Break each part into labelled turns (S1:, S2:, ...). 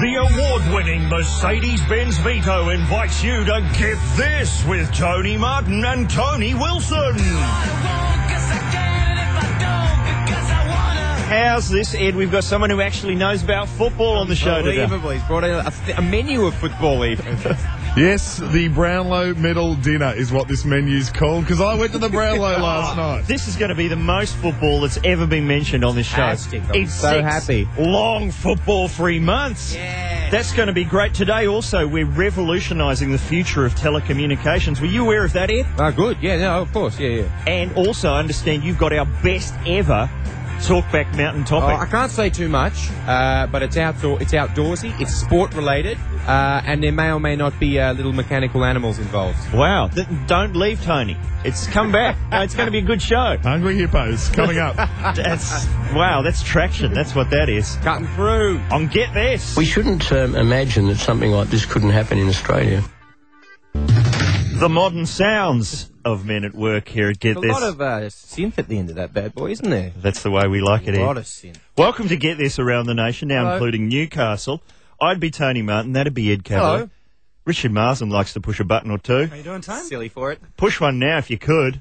S1: The award-winning Mercedes-Benz Vito invites you to get this with Tony Martin and Tony Wilson. How's this, Ed? We've got someone who actually knows about football on the show today.
S2: Unbelievable. He's brought in a, th- a menu of football even.
S3: Yes, the Brownlow Medal Dinner is what this menu's called because I went to the Brownlow last night.
S1: This is going to be the most football that's ever been mentioned on this show.
S2: Fantastic. I'm
S1: In
S2: so
S1: six
S2: happy.
S1: Long football-free months. That's going to be great. Today, also, we're revolutionising the future of telecommunications. Were you aware of that, Ed?
S2: oh, good. Yeah, no, of course. Yeah, yeah.
S1: And also, I understand you've got our best ever talkback mountain
S2: Oh, I
S1: topic.
S2: can't say too much, uh, but it's outdoor. It's outdoorsy. It's sport related, uh, and there may or may not be uh, little mechanical animals involved.
S1: wow. Th- don't leave, Tony. It's come back. No, it's going to be a good show.
S3: Hungry Hippos coming up.
S1: That's wow. That's traction. That's what that is.
S2: Cutting through.
S1: On get this.
S4: We shouldn't um, imagine that something like this couldn't happen in Australia.
S1: The modern sounds of men at work here at Get
S2: A
S1: This.
S2: lot of uh, synth at the end of that bad boy, isn't there?
S1: That's the way we like it.
S2: A
S1: Ed.
S2: lot of synth.
S1: Welcome to Get This around the nation, now
S2: Hello.
S1: including Newcastle. I'd be Tony Martin. That'd be Ed Cavill.
S2: Hello.
S1: Richard Marsden likes to push a button or two.
S2: you doing, time? Silly for it.
S1: Push one now if you could.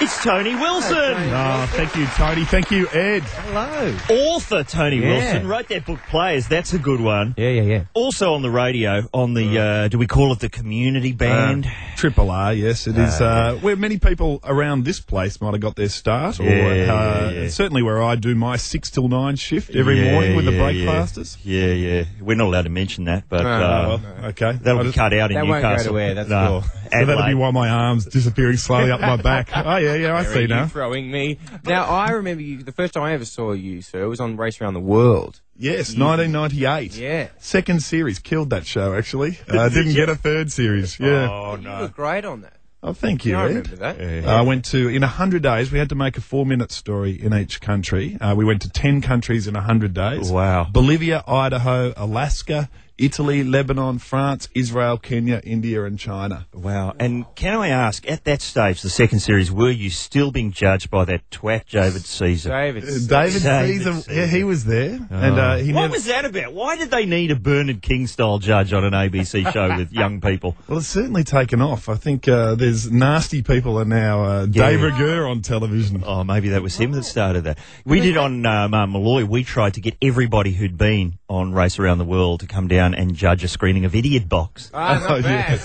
S1: It's Tony Wilson.
S3: Ah, thank you, Tony. Thank you, Ed.
S2: Hello.
S1: Author Tony
S2: Yeah.
S1: Wilson wrote that book, Players. That's a good one.
S2: Yeah, yeah, yeah.
S1: Also on the radio, on the, uh, do we call it the community band?
S3: Triple R, yes, it is. Uh, where many people around this place might have got their start, or
S1: Yeah,
S3: uh,
S1: yeah, yeah.
S3: certainly where I do my six till nine shift every
S1: Yeah,
S3: morning with the
S1: yeah,
S3: breakfasters.
S1: Yeah, yeah. We're not allowed to mention that, but. uh,
S3: Oh, well, okay,
S1: That'll
S3: I
S1: be
S3: just-
S1: cut out in
S2: That won't go
S1: Newcastle.
S2: to air, that's
S1: No.
S2: all. So
S3: So that'll be
S1: Adelaide.
S3: why my arms disappearing slowly up my back. Oh yeah, yeah, I
S2: Where are
S3: see
S2: you
S3: now.
S2: throwing me? Now I remember you. The first time I ever saw you, sir, it was on Race Around the World.
S3: Yes, 1998.
S2: Yeah.
S3: Second series killed that show actually. Uh, didn't get a third series. Yeah.
S1: Oh,
S2: You were
S1: no.
S2: great on that.
S3: Oh, thank you.
S2: I
S3: Ed.
S2: remember that.
S3: I went to in hundred days. We had to make a four-minute story in each country. Uh, we went to ten countries in hundred days.
S1: Wow.
S3: Bolivia, Idaho, Alaska, Italy, Lebanon, France, Israel, Kenya, India, and China.
S1: Wow. And can I ask, at that stage, the second series, were you still being judged by that twat David Caesar?
S2: David.
S3: Uh, David
S1: David
S3: Caesar,
S1: Caesar.
S3: yeah, he was there, and uh, he
S1: What
S3: never-
S1: was that about? Why did they need a Bernard King style judge on an ABC show with young people?
S3: Well, it's certainly taken off. I think uh, there's nasty people are now uh,
S1: Yeah.
S3: Dave Raggur on television.
S1: Oh, maybe that was him that started that. We did on um, uh, Malloy, we tried to get everybody who'd been on Race Around the World to come down and judge a screening of Idiot Box.
S2: Ah,
S3: Oh,
S2: not bad.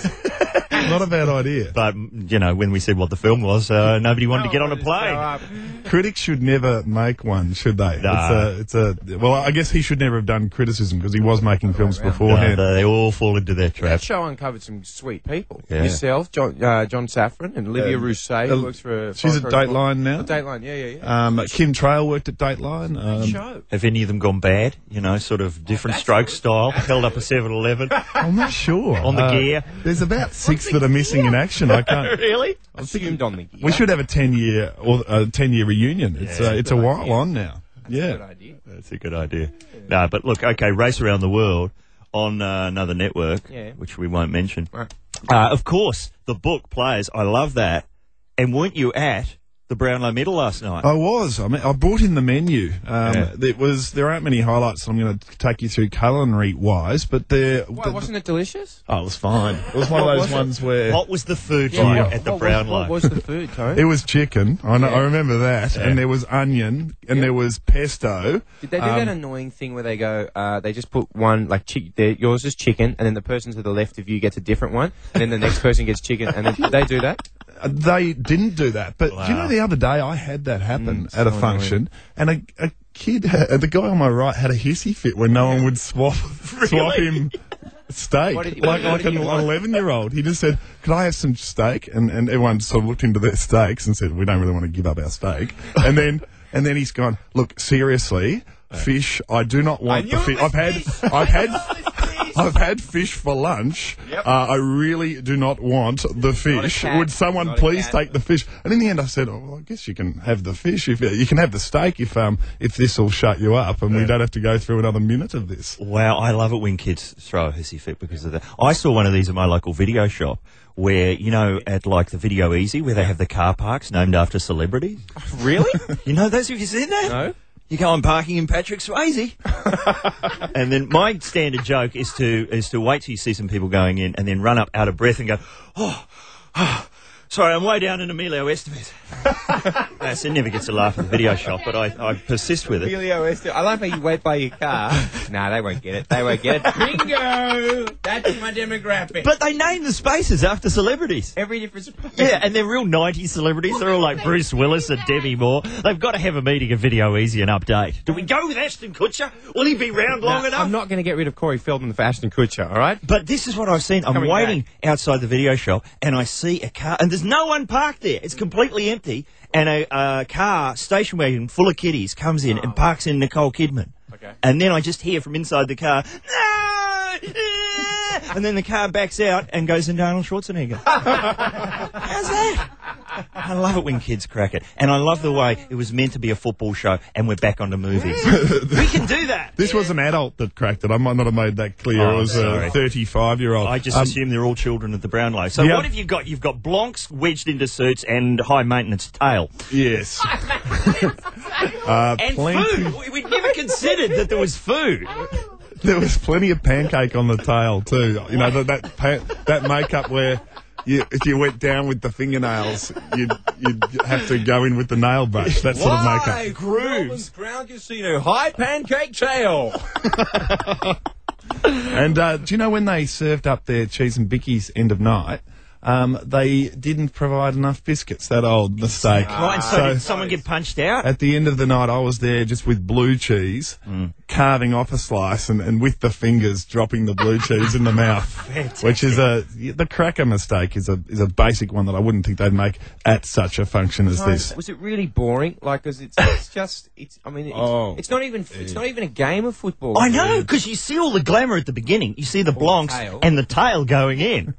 S3: Not a bad idea.
S1: But, you know, when we said what the film was, uh, nobody wanted to get on a
S2: Just
S1: plane.
S2: throw up.
S3: Critics should never make one, should they?
S1: Nah.
S3: It's a, it's a. Well, I guess he should never have done criticism because he was making films beforehand.
S1: No, Uh, they all fall into their trap.
S2: That show uncovered some sweet people.
S1: Yeah.
S2: Yourself, John, uh, John Saffron, and Olivia
S3: Um,
S2: Rousseau,
S3: uh,
S2: who works for.
S3: she's at
S2: Foreign
S3: Dateline now.
S2: Correspondent- Dateline, yeah, yeah, yeah.
S3: Um, Kim Trail worked at Dateline. Um,
S2: show.
S1: Have any of them gone bad? You know, sort of different stroke style, held up a 7 Eleven.
S3: I'm not sure. Uh,
S1: On the gear.
S3: There's about six that are missing in action. I can't.
S1: really?
S2: Assumed on the gear.
S3: We should have a ten year or a ten year reunion. It's uh, it's a while on now. yeah.
S2: Good idea.
S1: That's a good idea. No, but look, okay, Race Around the World on uh, another network,
S2: Yeah.
S1: which we won't mention.
S2: Right.
S1: Uh, of course, the book, Players, I love that. And weren't you at the Brownlow Medal last night?
S3: I was. I mean, I brought in the menu. Um,
S1: Yeah.
S3: It was. There aren't many highlights. that I'm going to take you through culinary wise, but there.
S2: Why,
S3: the-
S2: wasn't it delicious?
S3: oh, it was fine. It was one of those ones where
S1: What was the food like at the
S2: What was-
S1: Brownlow?
S2: What was the food, Tony?
S3: it was chicken. I know. I remember that.
S1: Yeah.
S3: And there was onion, and there was pesto.
S2: Did they do
S3: um,
S2: that annoying thing where they go, uh, they just put one, like, chi- their- yours is chicken, and then the person to the left of you gets a different one, and then the next person gets chicken, and then did they do that?
S3: Uh, They didn't do that. But do you
S1: Wow.
S3: know, the other day I had that happen at a
S2: Mm, so
S3: function, and a, a kid, had, the guy on my right, had a hissy fit when no one would swap swap him steak.
S2: What did you-
S3: like
S2: what
S3: like
S2: did
S3: an
S2: you want?
S3: eleven year old, he just said, "Could I have some steak?" And and everyone sort of looked into their steaks and said, "We don't really want to give up our steak." And then and then he's gone, "Look, seriously." Fish, I do not want the
S2: knew it
S3: fish.
S2: was
S3: I've had,
S2: fish.
S3: I've
S2: I knew it was
S3: had,
S2: fish.
S3: I've had fish for lunch.
S2: Yep.
S3: Uh, I really do not want the fish.
S2: cat.
S3: Would someone
S2: Not a
S3: please
S2: cat.
S3: take the fish? And in the end, I said, "Oh, well, I guess you can have the fish. If you can have the steak, if um, if this will shut you up, and we don't have to go through another minute of this."
S1: Wow, I love it when kids throw a hissy fit because of that. I saw one of these at my local video shop where, you know, at like the Video Easy where they have the car parks named after celebrities.
S2: Really?
S1: You know those, have you seen that?
S2: No.
S1: You go, I'm parking in Patrick Swayze. and then my standard joke is to is to wait till you see some people going in and then run up out of breath and go, oh, ah, sorry, I'm way down in Emilio Estevez. no, so it never gets a laugh at the video shop, but I, I persist with it.
S2: Emilio Estevez. I love how you wait by your car. nah, they won't get it. They won't get it. Bingo! That's my demographic.
S1: But they name the spaces after celebrities.
S2: Every different person.
S1: Yeah, and they're real 90s celebrities. They're all like Bruce Willis and Debbie Moore. They've got to have a meeting of Video Easy and Update. Do we go with Ashton Kutcher? Will he be round long enough?
S2: I'm not going to get rid of Corey Feldman for Ashton Kutcher, all right?
S1: But this is what I've seen. I'm
S2: Coming
S1: waiting outside the video shop and I see a car, and there's no one parked there. It's completely empty. And a uh, car, station wagon full of kiddies, comes in and parks in Nicole Kidman.
S2: Okay.
S1: And then I just hear from inside the car, no! Yeah!" And then the car backs out and goes into Arnold Schwarzenegger. How's that? I love it when kids crack it. And I love the way it was meant to be a football show and we're back onto movies. we can do that.
S3: This was an adult that cracked it. I might not have made that clear.
S1: Oh,
S3: it was
S1: sorry.
S3: a Um, 35 year old.
S1: I just assume they're all children of the Brownlow. So
S3: Yeah.
S1: what have you got? You've got Blancs wedged into suits and high maintenance tail.
S3: Yes. uh,
S1: And
S3: plenty,
S1: food. We- We'd never considered that there was food.
S3: There was plenty of pancake on the tail, too. You know, that, that, pa- that makeup where. You, if you went down with the fingernails, you'd, you'd have to go in with the nail brush, that sort of makeup.
S2: grooves? Ground Casino, high pancake tail.
S3: And uh, do you know when they served up their cheese and bickies end of night, um, they didn't provide enough biscuits, that old mistake.
S1: Right, and Ah. so,
S3: So-
S1: did someone get punched out?
S3: at the end of the night, I was there just with blue cheese, carving off a slice, and, and with the fingers dropping the blue cheese in the mouth, which is a the cracker mistake is a is a basic one that I wouldn't think they'd make at such a function as this.
S2: Was it really boring? Like, 'cause it's, it's just, it's, I mean, it's,
S3: Oh.
S2: it's not even, it's not even a game of football.
S1: I know, because you see all the glamour at the beginning. You see the Blancs
S2: tail.
S1: and the tail going in.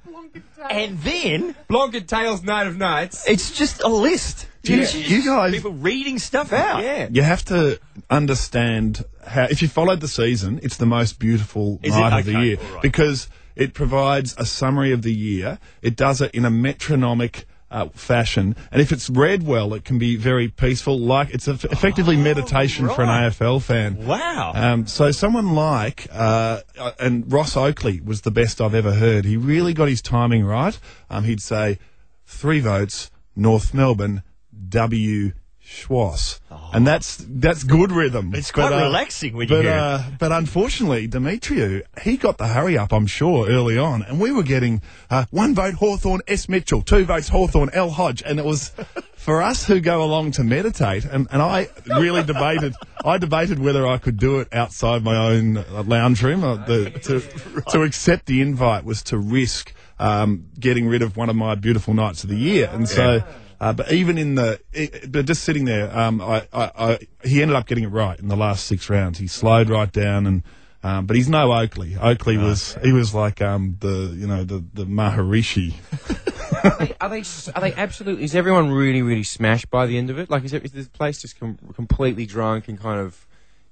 S1: And then
S2: Blonker Tails Night of Nights.
S1: it's just a list.
S3: Do you-
S1: It's just
S3: you guys-
S1: people reading stuff out.
S2: Yeah.
S3: You have to understand how if you followed the season, it's the most beautiful
S1: Is it?
S3: night of the
S1: Okay,
S3: year
S1: all right.
S3: because it provides a summary of the year. It does it in a metronomic. Uh, fashion, and if it's read well, it can be very peaceful. Like it's eff effectively meditation for an
S1: Oh, right.
S3: AFL fan.
S1: Wow.
S3: Um, so someone like uh, uh, and Ross Oakley was the best I've ever heard. He really got his timing right. Um, he'd say three votes North Melbourne W Schwass, and that's that's good rhythm.
S1: It's Mm. quite relaxing when you
S3: but,
S1: hear it.
S3: uh, but unfortunately, Demetriou he got the hurry up. I'm sure early on, and we were getting uh, one vote Hawthorne S Mitchell, two votes Hawthorne L Hodge, and it was. For us who go along to meditate, and, and I really debated, I debated whether I could do it outside my own uh, lounge room. Uh, the, to, to accept the invite was to risk um, getting rid of one of my beautiful nights of the year, and so. Uh, but even in the, it, it- but just sitting there, um, I, I, I, he ended up getting it right in the last six rounds. He slowed right down, and um, but he's no Oakley. Oakley was he was like um, the you know the the Maharishi.
S2: Are they? Are they absolutely? Is everyone really, really smashed by the end of it? Like, is, it, is this place just com- completely drunk and kind of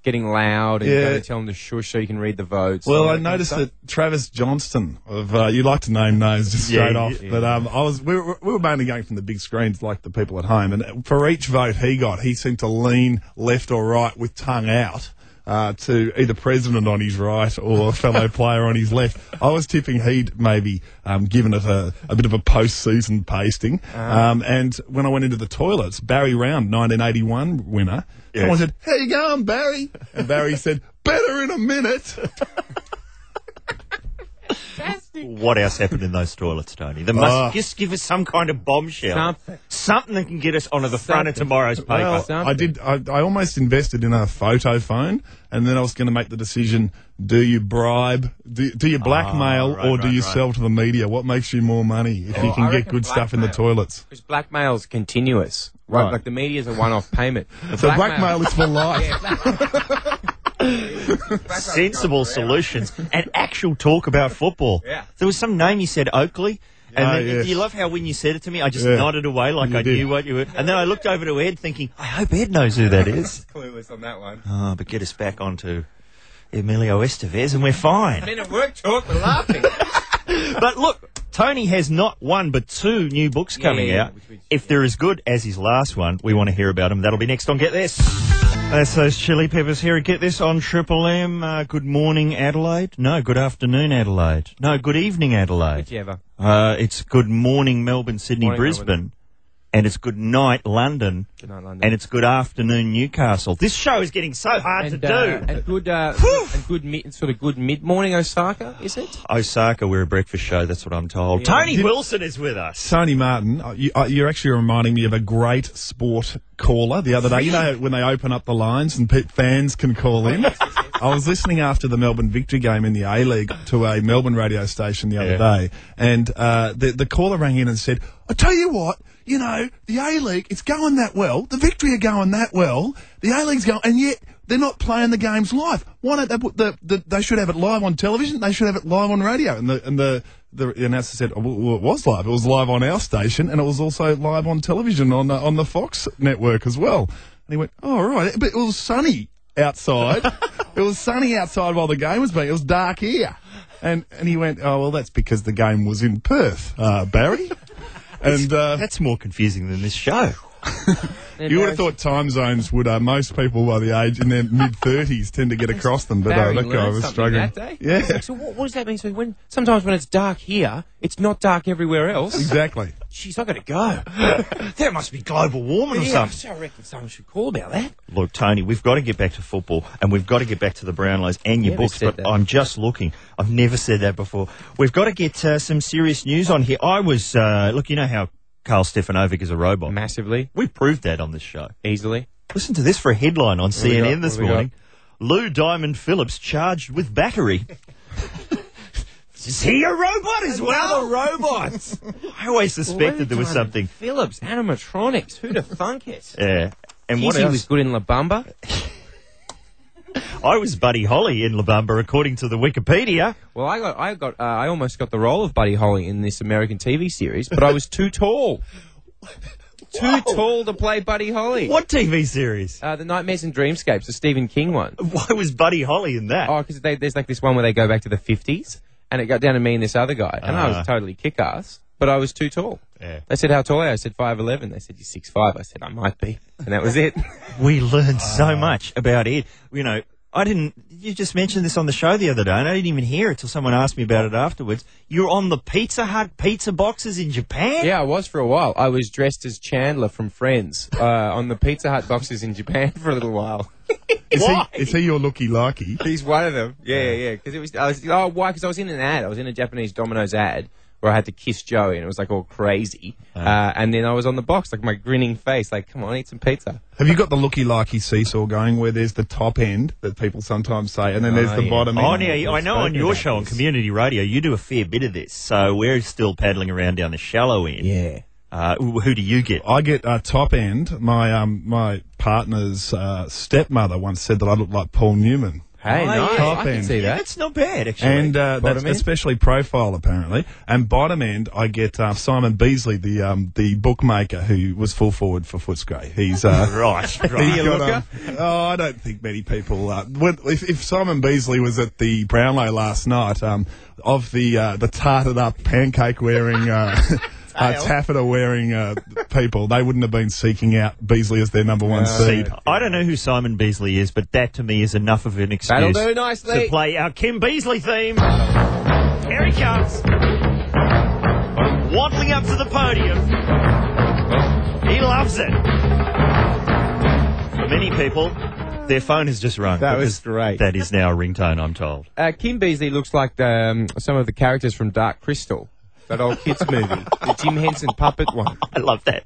S2: getting loud? And you
S3: Yeah.
S2: gotta tell them to shush so you can read the votes.
S3: Well,
S2: and that
S3: I
S2: kind of
S3: noticed
S2: stuff?
S3: that Travis Johnston of uh, you like to name names just
S1: Yeah,
S3: straight
S1: yeah.
S3: off, but um, I was we were, we were mainly going from the big screens like the people at home, and for each vote he got, he seemed to lean left or right with tongue out. Uh, to either president on his right or a fellow player on his left. I was tipping he'd maybe um, given it a, a bit of a post-season pasting.
S1: Uh-huh.
S3: Um, and when I went into the toilets, Barry Round, 1981 winner, someone said, "How you going, Barry?" And Barry said, "Better in a minute."
S1: What else happened in those toilets, Tony? They must
S3: Ah.
S1: just give us some kind of bombshell.
S2: Something.
S1: Something that can get us onto the front of
S2: Something.
S1: tomorrow's paper.
S2: Well,
S3: I did. I, I almost invested in a photo phone, and then I was going to make the decision: do you bribe, do, do you blackmail,
S1: right,
S3: or do
S1: right,
S3: you
S1: right.
S3: sell to the media? What makes you more money if you
S2: Well,
S3: can
S2: I
S3: get
S2: reckon
S3: good stuff in the
S2: blackmail.
S3: toilets?
S2: because blackmail's continuous, right?
S3: Right.
S2: Like the media's a one-off payment. The
S3: So blackmail is for life.
S1: sensible solutions and actual talk about football.
S2: Yeah.
S1: There was some name you said, Oakley. And
S3: Oh,
S1: then,
S3: yes.
S1: you love how when you said it to me, I just
S3: Yeah.
S1: nodded away like
S3: You
S1: I
S3: did.
S1: knew what you were. And then I looked over to Ed thinking, I hope Ed knows who that is.
S2: clueless on that one.
S1: Ah, but get us back onto Emilio Estevez and we're fine.
S2: Been at work talk, we're laughing.
S1: but look, Tony has not one but two new books
S2: Yeah,
S1: coming
S2: yeah, yeah,
S1: out.
S2: which we-
S1: if they're as good as his last one, we want to hear about them. That'll be next on Get This. That's those chili peppers here. Get this on Triple M. Uh, good morning, Adelaide. No, good afternoon, Adelaide. No, good evening, Adelaide.
S2: Whichever.
S1: Uh, it's good morning, Melbourne, Sydney,
S2: Morning,
S1: Brisbane.
S2: Melbourne.
S1: And it's good night, London.
S2: Good night, London.
S1: And it's good afternoon, Newcastle. This show is getting so hard
S2: and,
S1: to
S2: uh,
S1: do.
S2: and good, uh,
S1: Whew.
S2: and good mid, sort of good mid morning Osaka, is it?
S1: Osaka, we're a breakfast show. That's what I'm told.
S2: Yeah.
S1: Tony Wilson is with us.
S3: Tony Martin, uh, you, uh, you're actually reminding me of a great sport caller the other day. You know when they open up the lines and pe- fans can call in. I was listening after the Melbourne victory game in the A League to a Melbourne radio station the other
S1: Yeah.
S3: day, and uh, the the caller rang in and said, "I tell you what, you know the A League, it's going that well. The victory are going that well. The A League's going, and yet." They're not playing the games live. Why don't they put the, the? They should have it live on television. They should have it live on radio. And the and the the announcer said, oh, well, it was live. It was live on our station, and it was also live on television on uh, on the Fox network as well. And he went, oh, right. But it was sunny outside. it was sunny outside while the game was being. It was dark here. And and he went, oh, well, that's because the game was in Perth, uh, Barry. And uh,
S1: That's more confusing than this show.
S3: you
S2: uh,
S3: would have thought time zones would uh, most people by the age in their mid thirties tend to get across them, but uh,
S2: Barry
S3: that guy
S2: learned
S3: was
S2: something
S3: struggling.
S2: That day. It's
S3: Yeah,
S2: like, so what, what does that mean? So when sometimes when it's dark here, it's not dark everywhere else.
S3: exactly.
S2: Jeez, I gotta go.
S1: There must be global warming or
S2: yeah,
S1: something.
S2: so I reckon someone should call about that.
S1: Look, Tony, we've got to get back to football and we've got to get back to the Brownlows and your
S2: Never
S1: books,
S2: said
S1: but
S2: that.
S1: I'm just looking. I've never said that before. We've got to get uh, some serious news on here. I was, uh, look, you know how Carl Stefanovic is a robot.
S2: Massively,
S1: We proved that on this show.
S2: easily.
S1: Listen to this for a headline on
S2: we
S1: CNN
S2: got?
S1: this
S2: What we got?
S1: morning Lou Diamond Phillips charged with battery. Is he a robot as well? robots. I always suspected there was something.
S2: Phillips animatronics. Who'd have thunk it?
S1: Yeah. And what
S2: Izzy
S1: else?
S2: was good in La Bamba.
S1: I was Buddy Holly in La Bamba, according to the Wikipedia.
S2: Well, I got, I got, uh, I almost got the role of Buddy Holly in this American TV series, but I was too tall, too tall to play Buddy Holly.
S1: What TV series?
S2: Uh, the Nightmares and Dreamscapes, the Stephen King one.
S1: Why was Buddy Holly in that?
S2: Oh, because there's like this one where they go back to the 50s, and it got down to me and this other guy, and I
S1: Ah.
S2: was totally kick ass, but I was too tall.
S1: Yeah.
S2: They said, How tall are you? I said, 5'11. They said, You're 6'5. I said, I might be. And that was it.
S1: We learned so much about it. You know, I didn't. You just mentioned this on the show the other day, and I didn't even hear it till someone asked me about it afterwards. You're on the Pizza Hut pizza boxes in Japan.
S2: yeah, I was for a while. I was dressed as Chandler from Friends uh, on the Pizza Hut boxes in Japan for a little while.
S3: Is
S1: Why?
S3: he, is he your looky likey?
S2: He's one of them. Yeah, yeah, yeah. Because it was. I was. Oh, why? Because I was in an ad. I was in a Japanese Domino's ad where I had to kiss Joey, and it was like all crazy. Uh, and then I was on the box, like my grinning face, like, "Come on, eat some pizza."
S3: Have you got the looky likey seesaw going where there's the top end that people sometimes say, and then there's the
S2: yeah.
S3: bottom
S1: Oh,
S3: end?
S1: now, I know on your show on community radio, you do a fair bit of this. So we're still paddling around down the shallow end.
S2: Yeah.
S1: Uh, who who do you get?
S3: I get uh, top end. My um, my partner's uh, stepmother once said that I look like Paul Newman.
S2: Hey,
S1: Oh,
S2: nice.
S1: yeah.
S2: I can
S3: Top
S2: see
S3: end.
S1: Yeah,
S2: that.
S1: that's not bad actually.
S3: And uh, that's
S2: Bottom end?
S3: especially profile apparently. And bottom end, I get uh, Simon Beasley, the um, the bookmaker who was full forward for Footscray. He's uh,
S1: right, right.
S3: He's got, um, oh, I don't think many people. Uh, when, if, if Simon Beasley was at the Brownlow last night, um, of the uh, the tarted up pancake wearing. Uh, Uh, taffeta wearing uh, people, they wouldn't have been seeking out Beasley as their number one seed.
S1: I don't know who Simon Beasley is, but that to me is enough of an
S2: That'll
S1: excuse
S2: do
S1: to
S2: nicely.
S1: play our Kim Beasley theme. Here he comes. Waddling up to the podium. He loves it. For many people, their phone has just rung.
S2: That was
S1: because
S2: great.
S1: That is now a ringtone, I'm told.
S2: Uh, Kim Beasley looks like the, um, some of the characters from Dark Crystal, that old kids movie, the Jim Henson puppet one.
S1: I love that.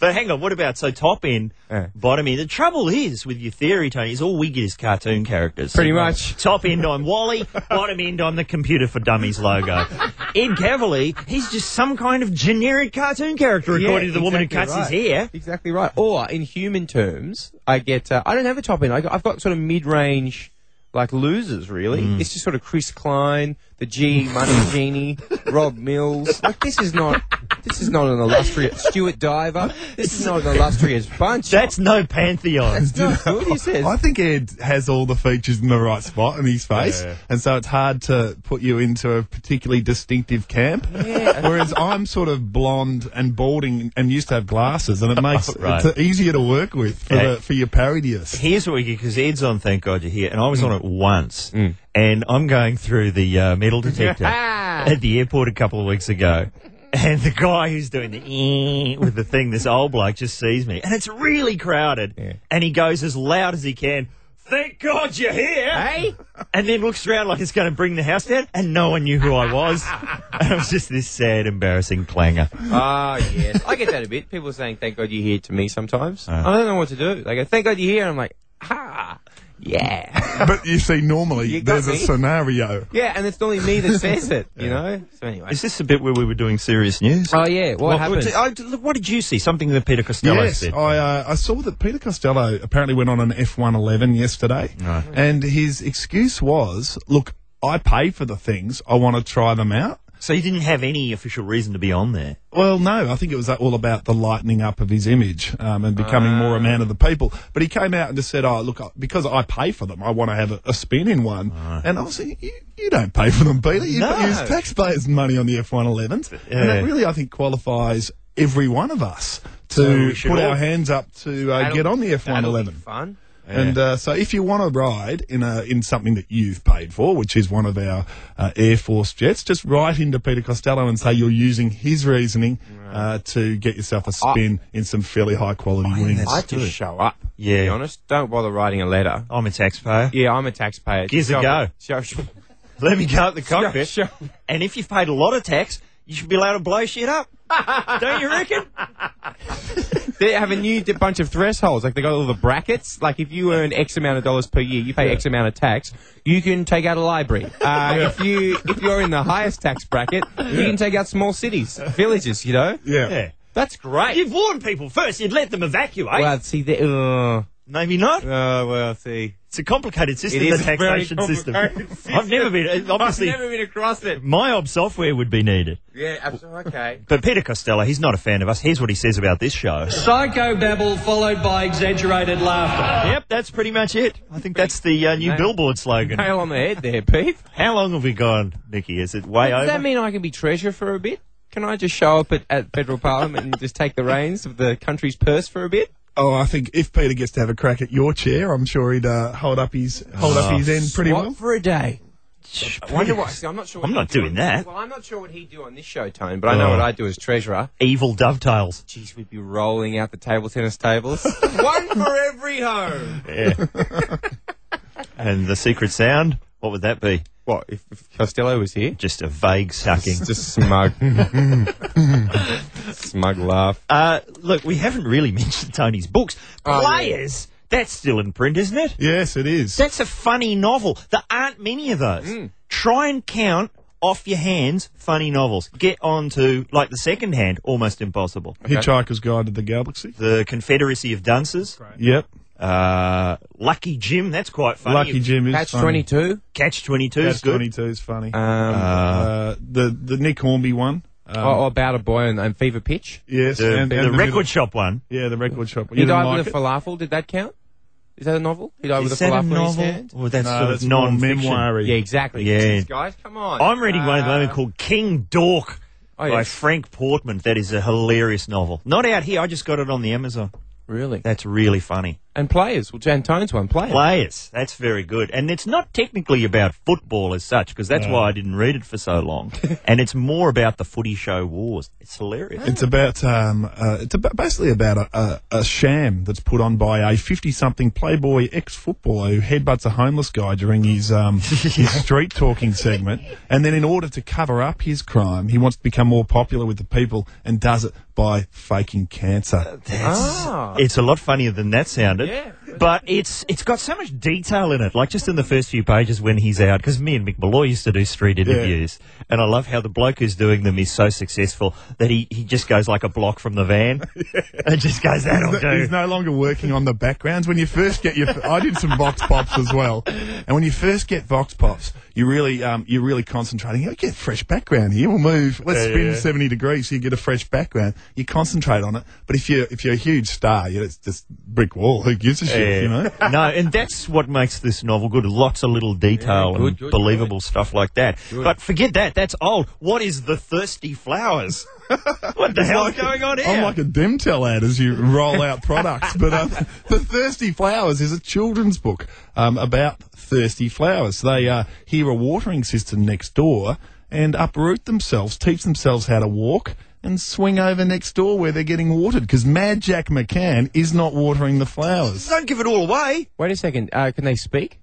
S1: but hang on, what about so top end,
S2: Yeah.
S1: bottom end? The trouble is with your theory, Tony, is all we get is cartoon characters.
S2: Pretty much.
S1: Top end, I'm Wally. bottom end, I'm the computer for dummies logo. Ed Cavalier, he's just some kind of generic cartoon character, according to the woman who cuts
S2: exactly
S1: his
S2: right.
S1: hair.
S2: Exactly right. Or in human terms, I get uh, I don't have a top end. I got, I've got sort of mid range like losers really.
S1: Mm.
S2: It's just sort E of Chris Klein, the G Money Genie, Rob Mills. Like this is not This is not an illustrious Stuart Diver. This is not an illustrious bunch.
S1: That's no pantheon.
S2: That's not good. He says.
S3: I think Ed has all the features in the right spot in his face,
S1: Yeah.
S3: and so it's hard to put you into a particularly distinctive camp.
S2: Yeah.
S3: Whereas I'm sort of blonde and balding and used to have glasses, and it makes
S1: Right.
S3: it easier to work with for,
S1: Yeah.
S3: the, for your parodiers.
S1: Here's what we get because Ed's on. Thank God you're here, and I was on it once, and I'm going through the uh, metal detector at the airport a couple of weeks ago, and the guy who's doing the ee with the thing, this old bloke, just sees me, and it's really crowded, and he goes as loud as he can. Thank God you're here!
S2: Hey?
S1: And then looks around like it's going to bring the house down, and no one knew who I was. and it was just this sad, embarrassing clangor.
S2: Ah, yes. I get that a bit. People are saying, thank God you're here to me sometimes.
S1: Ah.
S2: I don't know what to do. They go, thank God you're here. And I'm like, ha, yeah.
S3: But you see, normally
S2: You got
S3: there's a
S2: me.
S3: scenario.
S2: yeah, and it's only me that says it, you know? So anyway.
S1: Is this the bit where we were doing serious news?
S2: Oh, yeah. What,
S1: Well,
S2: happened?
S1: t- I- look, what did you see? Something that Peter Costello
S3: yes,
S1: said.
S3: I, uh, I saw that Peter Costello apparently went on an F111 yesterday,
S1: Right.
S3: and his excuse was, "Look, I pay for the things. I want to try them out."
S1: So you didn't have any official reason to be on there.
S3: Well, no, I think it was uh, all about the lightening up of his image um, and becoming more a man of the people. But he came out and just said, "Oh, look, I- because I pay for them, I want to have a, a spin in one." And I was thinking, you, you don't pay for them, Peter. You
S1: No.
S3: use taxpayers' money on the F111s, and
S1: Yeah.
S3: that really, I think, qualifies every one of us
S1: So
S3: to
S1: we should
S3: put
S1: all-
S3: our hands up to uh,
S2: That'll-
S3: get on the
S2: That'll be
S3: F111.
S2: fun.
S3: And uh, so, if you want to ride in a in something that you've paid for, which is one of our uh, Air Force jets, just write into Peter Costello and say you're using his reasoning uh, to get yourself a spin in some fairly high quality wings.
S2: I just show up.
S1: Yeah.
S2: To be honest, don't bother writing a letter.
S1: I'm a taxpayer.
S2: Yeah, I'm a taxpayer.
S1: Here's a
S2: Show
S1: go.
S2: up- Show, show,
S1: Let me go up the cockpit.
S2: show-
S1: And if you've paid a lot of tax, you should be allowed to blow shit up. Don't you reckon?
S2: They have a new d- bunch of thresholds. Like they got all the brackets. Like if you earn X amount of dollars per year, you pay X amount of tax. You can take out a library. Uh, if you if you're in the highest tax bracket, you can take out small cities, villages. You know.
S3: yeah.
S1: Yeah.
S2: That's great.
S1: You've warned people first. You'd let them evacuate.
S2: Well, see, the, uh,
S1: Maybe not.
S2: uh, well, see.
S1: It's a complicated system,
S2: It
S1: the
S2: is a very
S1: taxation system.
S2: complicated system.
S1: I've never been, uh, obviously,
S2: I've never been across it.
S1: my ob software would be needed.
S2: Yeah, absolutely. Okay.
S1: But Peter Costello, he's not a fan of us. Here's what he says about this show.
S5: Psychobabble followed by exaggerated laughter.
S1: Yep, that's pretty much it. I think that's the uh, new
S2: Nail-
S1: billboard slogan.
S2: Nail on the head there, Pete.
S1: How long have we gone, Nikki? Is it way
S2: Does
S1: over?
S2: that mean I can be treasurer for a bit? Can I just show up at, at federal parliament and just take the reins of the country's purse for a bit?
S3: Oh, I think if Peter gets to have a crack at your chair, I'm sure he'd uh, hold up his hold
S1: Uh,
S3: up his end pretty
S2: what
S3: well.
S2: for a day?
S1: Shh,
S2: I wonder what.
S1: please.
S2: see, I'm not sure.
S1: I'm
S2: what
S1: not
S2: he'd do
S1: doing
S2: on-
S1: that.
S2: Well, I'm not sure what he'd do on this show, Tone. But I know
S1: Oh.
S2: what I'd do as treasurer.
S1: Evil dovetails.
S2: Jeez, we'd be rolling out the table tennis tables. One for every home.
S1: Yeah. and the secret sound? What would that be?
S2: What if, if Costello was here?
S1: Just a vague sucking.
S2: It's just smug, smug laugh.
S1: Uh, look, we haven't really mentioned Tony's books.
S2: Oh, yeah.
S1: Players. That's still in print, isn't it?
S3: Yes, it is.
S1: That's a funny novel. There aren't many of those. Try and count off your hands funny novels. Get on to like the second hand, almost impossible.
S3: Hitchhiker's Guide to the Galaxy.
S1: The Confederacy of Dunces.
S3: Yep.
S1: Uh, Lucky Jim, that's quite funny.
S3: Lucky Jim is
S2: Catch
S3: funny.
S2: twenty two.
S1: Catch 22
S3: Catch
S1: is good.
S3: 22 is funny.
S2: Um,
S3: Uh, the the Nick Hornby one. Um,
S2: oh, oh, about a boy and, and fever pitch.
S3: Yes,
S1: The,
S3: and,
S1: the
S3: and
S1: record
S3: middle-
S1: shop one.
S3: Yeah, the record shop. You
S2: He
S3: didn't
S2: died
S3: like
S2: with a
S3: it?
S2: falafel. Did that count? Is that a novel? He died
S1: Is
S2: with a
S1: that a
S2: falafel in his
S1: novel?
S2: hand.
S1: Or that's
S3: No,
S1: sort
S3: that's
S1: of
S3: more
S1: non-fiction.
S3: memoir-y.
S2: Yeah, exactly.
S1: Yeah. Ah.
S2: Jeez, guys, come on.
S1: I'm reading one at the moment
S2: Uh,
S1: called King Dork
S2: Oh, yes.
S1: by Frank Portman. That is a hilarious novel. Not out here. I just got it on the Amazon.
S2: Really?
S1: That's really funny.
S2: And players. Well, Jan Tone's one. Players.
S1: Players. That's very good. And it's not technically about football as such, because that's why I didn't read it for so long. and it's more about the footy show wars. It's hilarious.
S3: It's about um, uh, it's about basically about a, a, a sham that's put on by a fifty-something playboy ex-footballer who headbutts a homeless guy during his um, his street talking segment, and then in order to cover up his crime, he wants to become more popular with the people and does it by faking cancer.
S2: Ah.
S1: It's, it's a lot funnier than that sounded. it. But it's it's got so much detail in it, like just in the first few pages when he's out, because me and Mick Malloy used to do street interviews, and I love how the bloke who's doing them is so successful that he, he just goes like a block from the van and just goes, that'll
S3: He's no-
S1: do.
S3: He's no longer working on the backgrounds. When you first get your, I did some vox pops as well, and when you first get vox pops, you really, um, you're really concentrating. You get fresh background here. We'll move. Let's
S1: Yeah, yeah,
S3: spin
S1: yeah.
S3: seventy degrees. So you get a fresh background. You concentrate on it. But if you if you're a huge star, you it's just brick wall. Who gives a shit? You know.
S1: no, and that's what makes this novel good. Lots of little detail
S2: Yeah, good,
S1: and
S2: good,
S1: believable stuff like that. But forget that. That's old. What is the thirsty flowers? what the hell's going on here?
S3: I'm like a Demtel ad as you roll out products. But um, The Thirsty Flowers is a children's book um, about thirsty flowers. They uh, hear a watering system next door and uproot themselves, teach themselves how to walk. And swing over next door where they're getting watered because Mad Jack McCann is not watering the flowers.
S1: Don't give it all away.
S2: Wait a second. Uh, can they speak?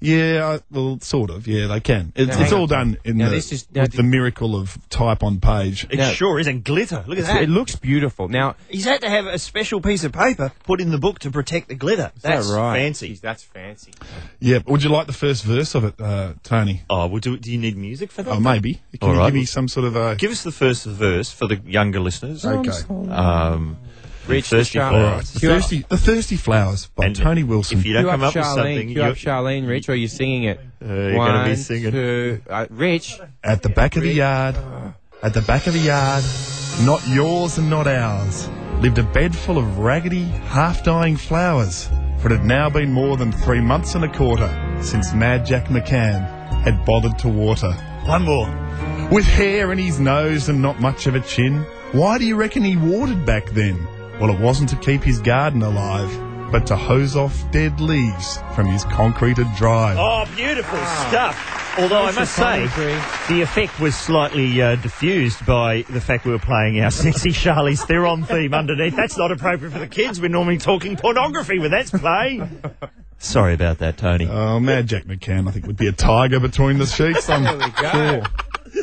S3: Yeah, I- well, sort of. Yeah, they can. It's,
S2: Now,
S3: it's
S2: hang
S3: all
S2: on.
S3: done in
S2: Now,
S3: the,
S2: this is- now,
S3: with
S2: did-
S3: the miracle of type on page.
S1: It
S2: No.
S1: sure isn't glitter. Look at
S2: It's-
S1: that.
S2: It looks beautiful. Now,
S1: He's had to have a special piece of paper put in the book to protect the glitter. That's
S2: that right?
S1: fancy.
S2: Jeez, that's fancy.
S3: Yeah, would you like the first verse of it, uh, Tony?
S1: Oh, well, do, do you need music for that?
S3: Oh, maybe. Can
S1: All
S3: you
S1: right.
S3: give me some sort of uh, a.
S1: Give us the first verse for the younger listeners.
S2: Oh,
S3: Okay.
S1: Um,
S2: Reach the
S1: thirsty
S2: charm.
S3: All right.
S1: flowers.
S3: The
S2: Cue up-
S3: Thirsty, the Thirsty Flowers by
S1: And
S3: Tony Wilson.
S1: If you don't
S2: Cue
S1: come
S2: up
S1: up with
S2: Charlene.
S1: something,
S2: Cue up
S1: you're- Uh,
S2: Charlene. Rich, or are you singing it?
S1: you're gonna be singing.
S2: two- uh, Rich.
S3: at the back of the yard, at the back of the yard, not yours and not ours, lived a bed full of raggedy, half dying flowers. For it had now been more than three months and a quarter since Mad Jack McCann had bothered to water.
S1: one more.
S3: With hair in his nose and not much of a chin, why do you reckon he watered back then? Well, it wasn't to keep his garden alive, but to hose off dead leaves from his concreted drive.
S1: Oh, beautiful
S2: Ah.
S1: stuff. Although I must say, the effect was slightly uh, diffused by the fact we were playing our sexy Charlie's Theron theme underneath. That's not appropriate for the kids. We're normally talking pornography when that's playing. Sorry about that, Tony.
S3: Oh, Mad Jack McCann, I think, would be a tiger between the sheets. I'm
S2: There we go.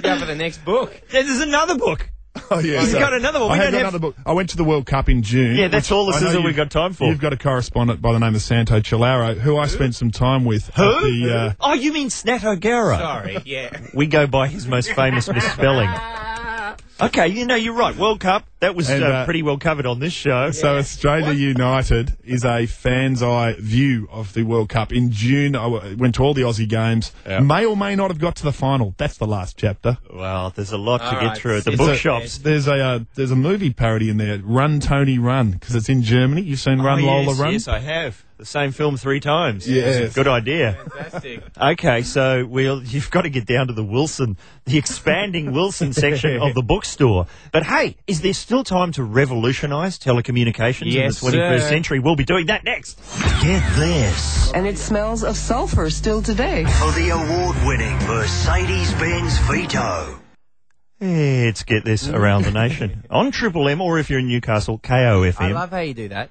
S2: Go for the next book.
S1: There's another book.
S3: Oh, yeah.
S1: He's
S3: so-
S1: got another one. We
S3: I
S1: don't
S3: have got
S1: have-
S3: another book. I went to the World Cup in June.
S1: Yeah, that's
S3: which
S1: all the
S3: I know
S1: sizzle
S3: you-
S1: we've got time for.
S3: You've got a correspondent by the name of Santo Chilaro, who I spent some time with. Who? At the, uh,
S1: oh, you mean Snat O'Gara?
S2: Sorry. Yeah.
S1: We go by his most famous misspelling. Okay, you know, you're right. World Cup, that was
S3: And,
S1: uh,
S3: uh,
S1: pretty well covered on this show.
S3: So Australia United is a fan's eye view of the World Cup. In June, I w- went to all the Aussie games. May or may not have got to the final. That's the last chapter.
S1: Well, there's a lot to
S2: All
S1: get
S2: right,
S1: through at the
S2: it's a-
S1: bookshops.
S3: There's a uh, there's a movie parody in there, Run Tony Run, because it's in Germany. You've seen Run
S1: Oh,
S3: Lola
S1: yes,
S3: Run.
S1: Yes, I have. The same film three times.
S3: Yes.
S1: It's a Good idea.
S2: Fantastic.
S1: Okay, so we'll, you've got to get down to the Wilson, the expanding Wilson section of the bookstore. But hey, is there still time to revolutionise telecommunications
S2: Yes,
S1: in the 21st
S2: sir.
S1: century? We'll be doing that next. Get this.
S6: and it smells of sulfur still today.
S7: for the award-winning Mercedes-Benz Vito.
S1: It's Get This Around the Nation on Triple M, or if you're in Newcastle, KOFM.
S2: I love how you do that.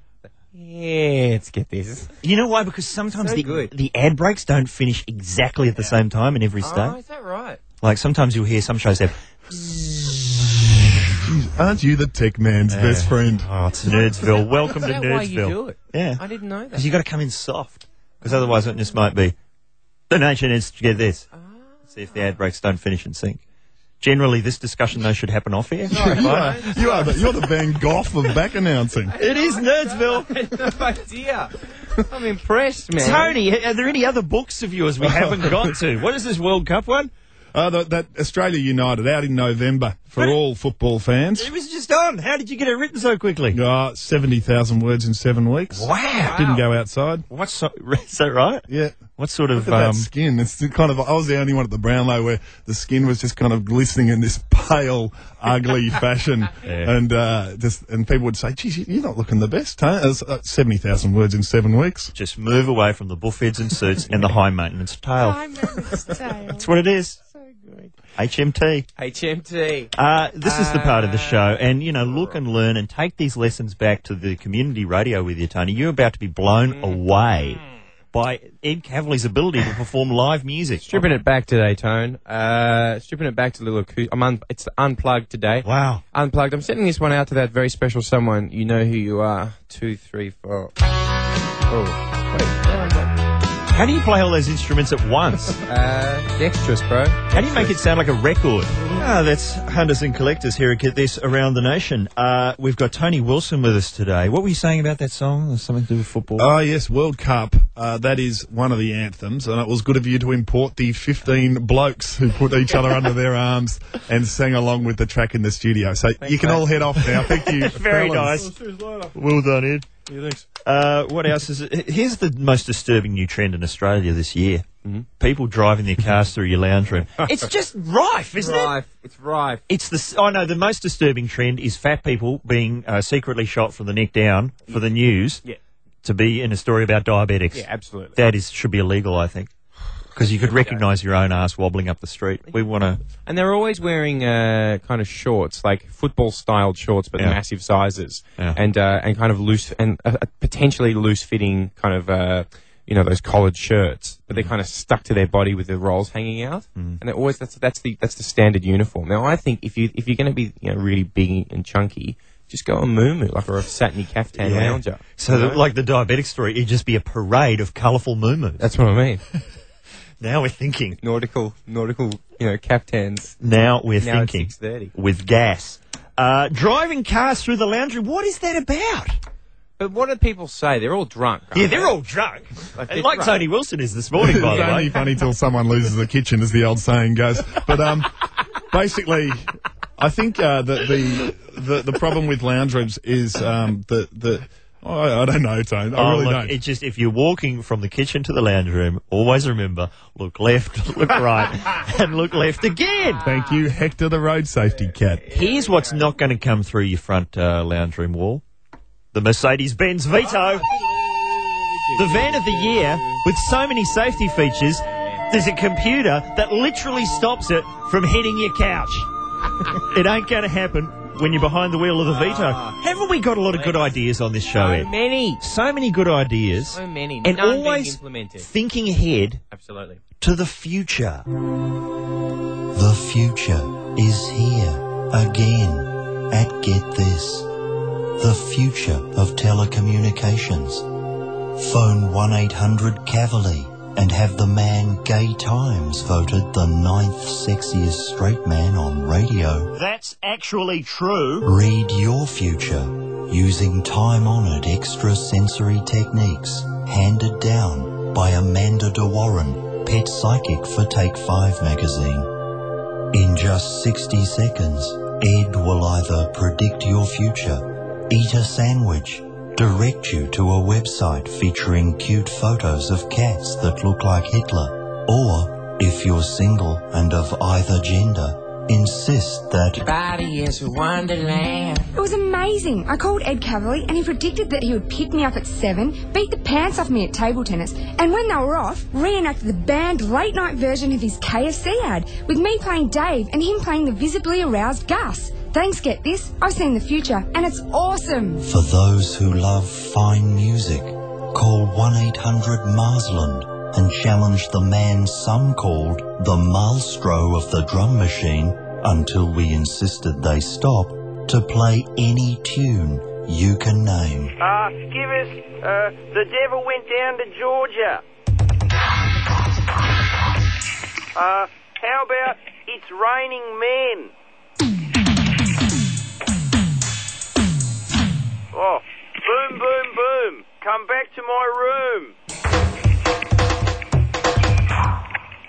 S2: Yeah, let's get this.
S1: you know why? Because sometimes
S2: So
S1: the,
S2: good.
S1: the ad breaks don't finish exactly at the same time in every state.
S2: Oh, is that right?
S1: Like sometimes you'll hear some shows have,
S3: Aren't you the tech man's best friend?
S1: oh, it's Nerdsville. Welcome
S2: Is
S1: to
S2: that
S1: Nerdsville.
S2: why you do it?
S1: Yeah.
S2: I didn't know that.
S1: Because you got to come in soft. Because otherwise, witness might be. The nation needs to get this.
S2: Ah.
S1: See if the ad breaks don't finish in sync. Generally, this discussion though should happen off air.
S3: You are,
S1: Oh.
S3: you are the, you're the Van Gogh of back announcing.
S1: it is Nerdsville.
S2: no idea. I'm impressed, man.
S1: Tony, are there any other books of yours we haven't got to? What is this World Cup one?
S3: Uh, that, that Australia United out in November for all football fans.
S1: It was just on. How did you get it written so quickly?
S3: Uh, 70,000 words in seven weeks.
S1: Wow.
S3: Didn't go outside.
S1: What's so, is that right?
S3: Yeah.
S1: What sort of
S3: Look at
S1: um,
S3: that skin. It's the kind of. I was the only one at the Brownlow where the skin was just kind of glistening in this pale, ugly fashion,
S1: Yeah.
S3: and uh, just and people would say, "Geez, you- you're not looking the best." Huh? It was, uh, Seventy thousand words in seven weeks.
S1: just move away from the buffheads and suits and the high maintenance tail? High maintenance tail. That's what it is. HMT.
S2: HMT.
S1: Uh, this is the part of the show, and you know, look and learn and take these lessons back to the community radio with you, Tony. You're about to be blown away by Ed Cavali's ability to perform live music.
S2: Stripping it back today, Tone. Uh, stripping it back to little acoustic. I'm un- it's unplugged today.
S1: Wow.
S2: Unplugged. I'm sending this one out to that very special someone. You know who you are. Two, three, four.
S1: How do you play all those instruments at once?
S2: Uh, dexterous, bro.
S1: How do you make it sound like a record? Ah, that's Hunters and Collectors here at Get This Around the Nation. Uh, we've got Tony Wilson with us today. What were you saying about that song? There's something to do with football.
S3: Oh, yes, World Cup. Uh, that is one of the anthems, and it was good of you to import the 15 blokes who put each other under their arms and sang along with the track in the studio. So you can all head off now. Thank you.
S1: Very
S3: fellas.
S1: nice. Well done, Ed. Uh, what else is it? Here's the most disturbing new trend in Australia this year.
S2: Mm-hmm.
S1: People driving their cars through your lounge room. It's just rife, isn't it?
S2: Rife. It's rife.
S1: It's the. s- Oh no, the most disturbing trend is fat people being uh, secretly shot from the neck down for the news
S2: Yeah.
S1: to be in a story about diabetics.
S2: Yeah, absolutely.
S1: That is should be illegal, I think, because you could recognise your own ass wobbling up the street. We want to.
S2: And they're always wearing uh, kind of shorts, like football styled shorts, but
S1: Yeah.
S2: massive sizes,
S1: Yeah.
S2: and uh, and kind of loose and uh, uh, potentially loose fitting kind of. Uh, you know those collared shirts, but
S1: Mm.
S2: they're kind of stuck to their body with the rolls hanging out, and they're always that's that's the that's the standard uniform. Now I think if you if you're going to be you know really big and chunky, just go a moo like or a satiny caftan lounger.
S1: So, that, like the diabetic story, it'd just be a parade of colourful moo
S2: That's what I mean.
S1: Now we're thinking.
S2: nautical nautical you know caftans.
S1: Now we're
S2: Now it's
S1: thinking.
S2: 6:30.
S1: With gas. Uh, driving cars through the lounge room. What is that about?
S2: But what do people say? They're all drunk. aren't
S1: Yeah,
S2: they?
S1: they're all drunk.
S2: Like,
S1: And
S2: they're
S1: like
S2: drunk.
S1: Tony Wilson is this morning, by
S3: it's
S1: the
S3: only
S1: way.
S3: funny till someone loses the kitchen, as the old saying goes. But um, basically, I think uh, that the, the the problem with lounge rooms is um, the the oh, I I don't know, Tone. I
S1: Oh,
S3: really
S1: look,
S3: don't.
S1: It's just if you're walking from the kitchen to the lounge room, always remember look left, look right, and look left again.
S3: Thank you, Hector, the road safety cat.
S1: Here's what's not going to come through your front uh, lounge room wall the Mercedes Benz Vito. The van of the year with so many safety features, there's a computer that literally stops it from hitting your couch. it ain't going to happen when you're behind the wheel of the Vito. Haven't we got a lot of good ideas on this show, Ed?
S2: many.
S1: So many good ideas.
S2: So many.
S1: And
S2: None being
S1: always
S2: implemented.
S1: thinking ahead
S2: Absolutely.
S1: to the future. The future is here again at Get This. The future of telecommunications. Phone 1800 Cavalier and have the man Gay Times voted the ninth sexiest straight man on radio. That's actually true. Read your future using time honored extrasensory techniques handed down by Amanda De Warren, pet psychic for Take 5 magazine. In just 60 seconds, Ed will either predict your future, eat a sandwich, direct you to a website featuring cute photos of cats that look like Hitler, or, if you're single and of either gender, insist that
S8: Body is a wonderland.
S9: It was amazing. I called Ed Cavalier and he predicted that he would pick me up at seven, beat the pants off me at table tennis, and when they were off, reenacted the banned late night version of his KFC ad, with me playing Dave and him playing the visibly aroused Gus. Thanks, get this. I've seen the future and it's awesome.
S10: For those who love fine music, call 1 800 Marsland and challenge the man some called the maestro of the drum machine until we insisted they stop to play any tune you can name.
S8: Ah, Skivers, uh, the devil went down to Georgia. Uh, how about it's raining men? Oh, boom, boom, boom. Come back to my room.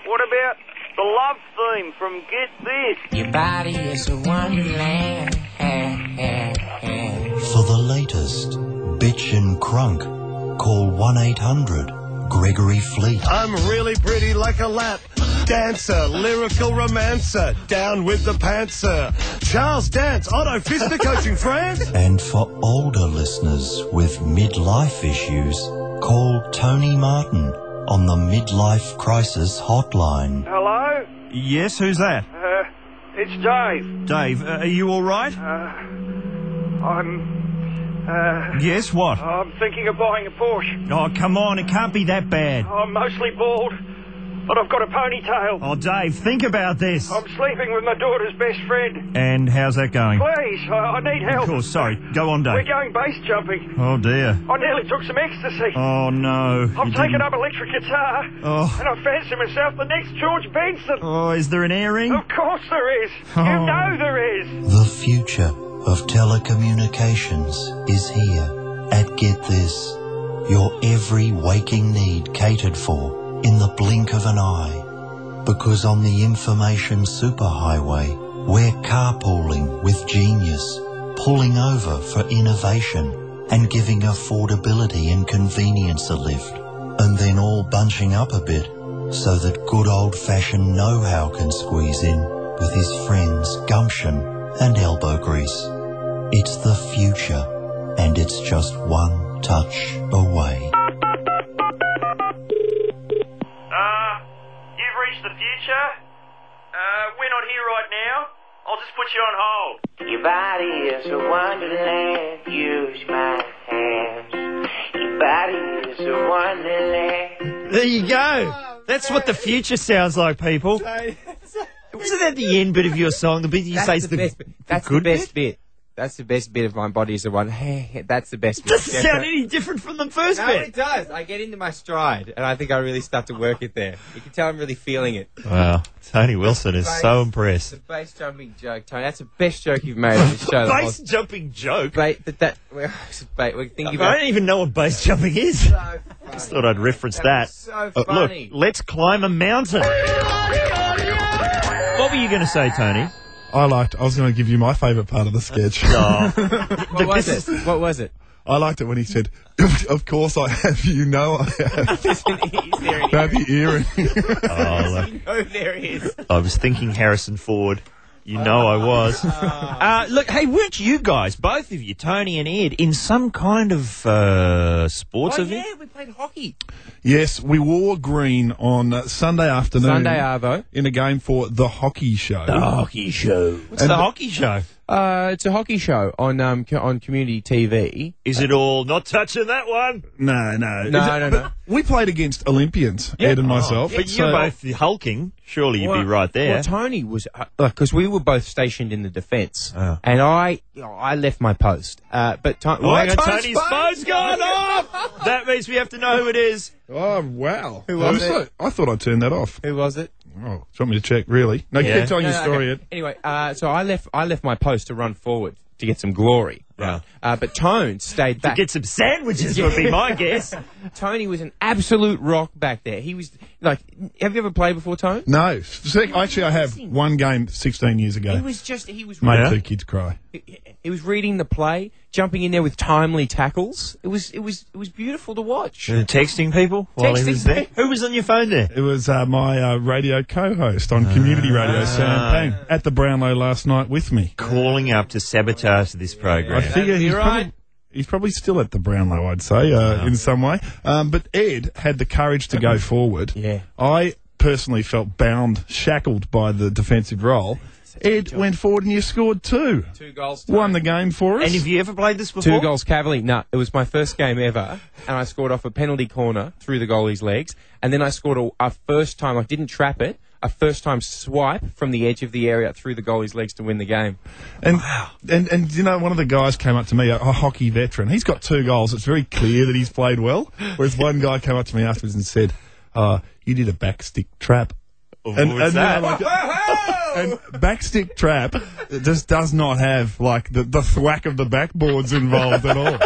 S8: What about the love theme from Get This?
S10: Your body is a wonderland. For the latest bitchin' crunk, call 1 800 Gregory Fleet.
S7: I'm really pretty like a lap dancer, lyrical romancer, down with the pantser. Charles Dance, Otto Fister coaching France.
S10: And for older listeners with midlife issues, call Tony Martin on the Midlife Crisis Hotline.
S8: Hello?
S1: yes who's that
S8: Uh, it's Dave.
S1: dave uh, are you all right
S8: I'm. Uh,
S1: yes what
S8: I'm thinking of buying a Porsche.
S1: oh come on it can't be that bad
S8: I'm mostly bald. But I've got a ponytail.
S1: Oh, Dave, think about this.
S8: I'm sleeping with my daughter's best friend.
S1: And how's that going?
S8: Please, I, I need help.
S1: Of course, sorry. Go on,
S8: We're
S1: Dave.
S8: going base jumping.
S1: Oh, dear.
S8: I nearly took some ecstasy.
S1: Oh, no.
S8: I'm
S1: You
S8: taking
S1: didn't-
S8: up electric guitar.
S1: Oh.
S8: And I fancy myself the next George Benson.
S1: Oh, is there an airing?
S8: Of course there is. You
S1: Oh.
S8: know there is.
S10: The future of telecommunications is here at Get This. Your every waking need catered for in the blink of an eye. Because on the information superhighway, we're carpooling with genius, pulling over for innovation and giving affordability and convenience a lift. And then all bunching up a bit so that good old fashioned know how can squeeze in with his friends gumption and elbow grease. It's the future, and it's just one touch away.
S8: Uh, you've reached the future. Uh, we're not here right now. I'll just put you on hold.
S11: Your body is a wonderland. Use my hands. Your body is a wonderland.
S1: There you
S2: Oh,
S1: go. That's what the future sounds like, people. Wasn't that the end bit of your song? The bit you say is the,
S2: best bit. That's the
S1: good
S2: best bit. That's the best bit of my body is the one. That's the best bit.
S1: Doesn't
S2: Yeah,
S1: sound
S2: so-
S1: any different from the first
S2: no,
S1: bit.
S2: it does. I get into my stride, and I think I really start to work it there. You can tell I'm really feeling it.
S1: Wow, Tony Wilson is so
S2: It's
S1: impressed.
S2: a base jumping joke, Tony. That's the best joke you've made on the show.
S1: Base jumping joke.
S2: Bait, but that we're, bait, we're thinking about.
S1: I don't even know what base jumping is. Just thought I'd reference that.
S2: so
S1: Uh, look,
S2: funny.
S1: let's climb a mountain. What were you going to say, Tony?
S3: I liked. I was going to give you my favourite part of the sketch.
S1: Oh,
S2: What was it? What was it?
S3: I liked it when he said, "Of course I have. You know I have."
S2: Is there an
S3: About the earring.
S1: oh, look,
S2: Oh, there is.
S1: I was thinking Harrison Ford. You know I was.
S2: Oh.
S1: Uh, look, hey, weren't you guys, both of you, Tony and Ed, in some kind of uh, sports
S2: Oh, yeah,
S1: event?
S2: we played hockey.
S3: yes, we wore green on uh, Sunday afternoon.
S2: Sunday Arvo.
S3: in a game for the hockey show.
S1: hockey show. What's
S3: And
S1: the
S3: the-
S1: hockey show?
S2: Uh, it's a hockey show on um co- on community TV.
S1: Is it all not touching that one?
S3: No, no,
S2: No,
S3: Is it-
S2: no,
S3: but
S2: no. Oh.
S3: We played against Olympians, Ed and myself.
S1: But
S3: so-
S1: you're both hulking. Surely you'd be
S2: Well,
S1: right there.
S2: Well, Tony was because we were both stationed in the defence,
S1: Oh.
S2: and I you know, I left my post. Uh, but Tony,
S1: Oh, hang on,
S2: Tony's
S1: Tony's phone's gone off! That means we have to know who it is.
S3: Oh wow! Who
S2: was it?
S3: I thought I turned that off.
S2: Who was it?
S3: Oh, do you want me to check? Really? No,
S1: Yeah.
S3: keep telling
S2: No,
S3: your
S2: no,
S3: story,
S2: okay. Anyway, uh, so I left I left my post to run forward to get some glory.
S1: Yeah.
S2: Uh, but Tone stayed back.
S1: Get some sandwiches would be my guess.
S2: Tony was an absolute rock back there. He was like, have you ever played before, Tone?
S3: Ed. No, sec- actually, I have one game 16 years ago.
S2: He was just he was
S3: Made
S1: Yeah.
S3: two kids cry.
S2: he- he was reading the play, jumping in there with timely tackles. It was it was it was beautiful to watch.
S1: Texting people while he
S2: Texting
S1: was there.
S2: people.
S1: Who was on your phone there?
S3: It was uh, my uh, radio co-host on community radio, Sam Payne, at the Brownlow last night with me.
S1: Calling up to sabotage this program.
S3: I figure he's
S2: You're
S3: probably,
S2: right.
S3: he's probably still at the Brownlow, I'd say, uh, in some way. Um, but Ed had the courage to go forward.
S2: Yeah.
S3: I personally felt bound, shackled by the defensive role. Ed went forward and you scored two.
S2: Two goals.
S3: Won the game for us.
S1: And have you ever played this
S2: Two
S1: before?
S2: goals, Cavalier. No, it was my first game ever, and I scored off a penalty corner through the goalie's legs, and then I scored a, a first time. I didn't trap it. A first time swipe from the edge of the area through the goalie's legs to win the game.
S3: And, and and you know, one of the guys came up to me, a, a hockey veteran. He's got two goals. It's very clear that he's played well. Whereas one guy came up to me afterwards and said, uh, "You did a backstick trap." and,
S1: what was
S3: and, you know,
S1: that?
S3: like- and backstick trap just does not have like the, the thwack of the backboards involved at all.